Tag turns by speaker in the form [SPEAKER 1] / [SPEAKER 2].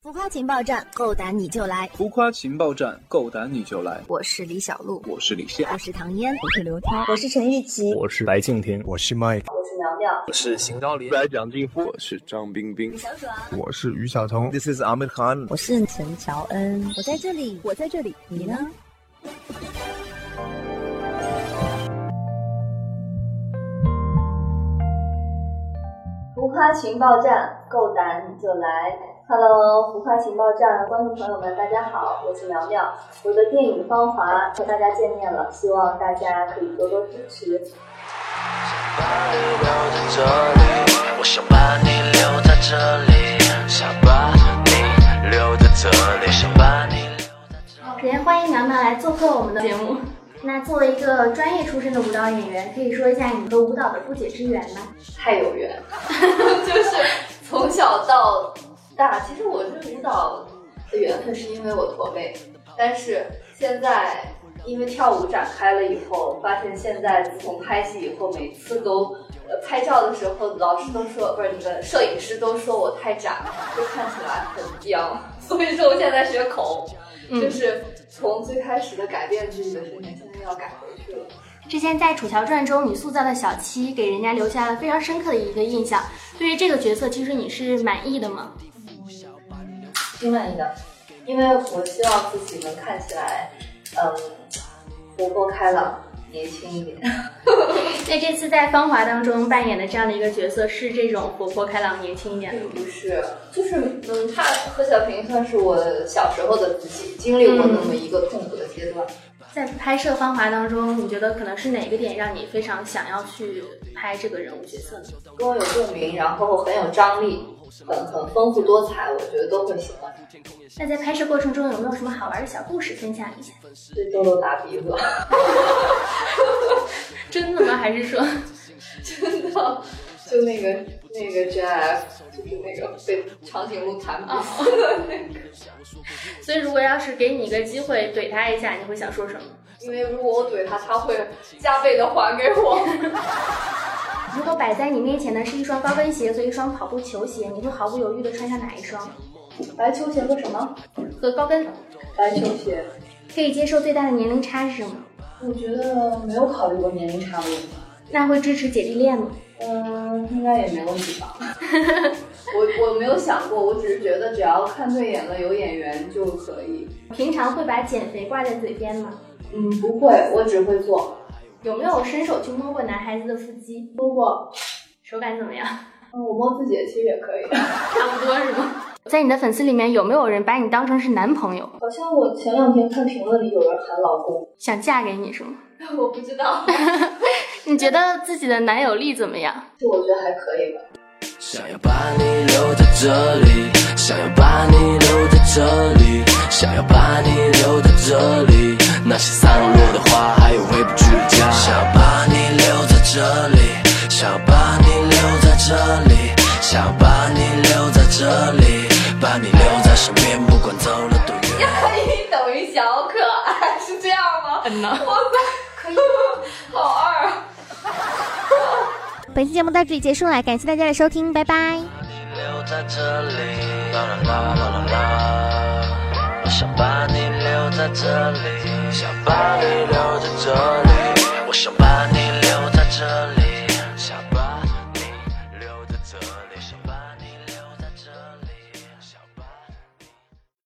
[SPEAKER 1] 浮夸情报站，够胆你就来！
[SPEAKER 2] 浮夸情报站，够胆你就来！
[SPEAKER 1] 我是李小璐，
[SPEAKER 2] 我是李现，
[SPEAKER 1] 我是唐嫣，
[SPEAKER 3] 我是刘涛，
[SPEAKER 4] 我是陈玉琪，
[SPEAKER 5] 我是白敬亭，
[SPEAKER 6] 我是 Mike，
[SPEAKER 7] 我是苗苗，
[SPEAKER 8] 我是邢昭林，
[SPEAKER 9] 我是蒋劲夫，
[SPEAKER 10] 我是张冰冰，
[SPEAKER 7] 小爽，
[SPEAKER 11] 我是于晓彤
[SPEAKER 12] ，This is Ahmed Khan，
[SPEAKER 13] 我是陈乔恩，
[SPEAKER 1] 我在这里，
[SPEAKER 3] 我在这里，
[SPEAKER 1] 你呢？
[SPEAKER 7] 浮夸情报站，够胆你就来！Hello，浮夸情报站的观众朋友们，大家好，我是苗苗，我的电影《芳华》和大家见面了，希望大家可以多多支持。想把你留在这里，我想把你留在这里，想把你留在这里，想把你留在这里。好，首先欢迎苗苗来做客我们的节目。那作为一个专业出身的舞蹈演员，可以说一下你和舞蹈的不解之缘吗？
[SPEAKER 14] 太有缘， 就是从小到。大，其实我是舞蹈的缘分是因为我驼背，但是现在因为跳舞展开了以后，发现现在自从拍戏以后，每次都呃拍照的时候，老师都说不是那个摄影师都说我太窄，就看起来很僵， 所以说我现在学口，嗯、就是从最开始的改变自己的身材，现在要改回去了。
[SPEAKER 1] 之前在《楚乔传》中，你塑造的小七给人家留下了非常深刻的一个印象。对于这个角色，其实你是满意的吗？
[SPEAKER 14] 挺满意的，因为我希望自己能看起来，嗯，活泼开朗、年轻一点。
[SPEAKER 1] 那这次在《芳华》当中扮演的这样的一个角色，是这种活泼开朗、年轻一点的？
[SPEAKER 14] 不是，就是嗯，他何小平算是我小时候的自己，经历过那么一个痛苦的阶段。
[SPEAKER 1] 嗯、在拍摄《芳华》当中，你觉得可能是哪个点让你非常想要去拍这个人物角色呢？
[SPEAKER 14] 跟我有共鸣，然后很有张力。很很丰富多彩，我觉得都会喜欢。
[SPEAKER 1] 那在拍摄过程中有没有什么好玩的小故事分享一下？
[SPEAKER 14] 对豆豆打啊鼻子，
[SPEAKER 1] 真的吗？还是说
[SPEAKER 14] 真的？就那个那个 GIF，就是那个被长颈鹿弹鼻子的那个。
[SPEAKER 1] 所以，如果要是给你一个机会怼他一下，你会想说什么？
[SPEAKER 14] 因为如果我怼他，他会加倍的还给我。
[SPEAKER 1] 如果摆在你面前的是一双高跟鞋和一双跑步球鞋，你会毫不犹豫的穿上哪一双？
[SPEAKER 14] 白球鞋和什么？
[SPEAKER 1] 和高跟。
[SPEAKER 14] 白球鞋。
[SPEAKER 1] 可以接受最大的年龄差是什么？
[SPEAKER 14] 我觉得没有考虑过年龄差的问题。
[SPEAKER 1] 那会支持姐弟恋吗？
[SPEAKER 14] 嗯，应该也没问题吧。 我我没有想过，我只是觉得只要看对眼了有眼缘就可以。
[SPEAKER 1] 平常会把减肥挂在嘴边吗？
[SPEAKER 14] 嗯，不会，我只会做。
[SPEAKER 1] 有没有伸手去摸过男孩子的腹肌？
[SPEAKER 14] 摸过，
[SPEAKER 1] 手感怎么样？
[SPEAKER 14] 嗯，我摸自己其实也可以，
[SPEAKER 1] 差不多是吗？在你的粉丝里面有没有人把你当成是男朋友？
[SPEAKER 14] 好像我前两天看评论里有人喊老公，
[SPEAKER 1] 想嫁给你是吗？
[SPEAKER 14] 我不知道。
[SPEAKER 1] 你觉得自己的男友力怎么样？
[SPEAKER 14] 就我觉得还可以吧。想要把你留在这里，想要把你留在这里，想要把你留在这里。那些散落的花，还有回不去的家。想要把你留在这里，想要把你留在这里，想要把你留在这里，把你留在身边，不管走了多远。一等于小可爱，是这样吗？
[SPEAKER 1] 嗯呐。
[SPEAKER 14] 哇塞，可以，好二啊！
[SPEAKER 15] 本期节目到这里结束了，感谢大家的收听，拜拜。留在这里，啦啦啦啦啦我想把你留在这里，想把你留在这里，我想把你留在这里。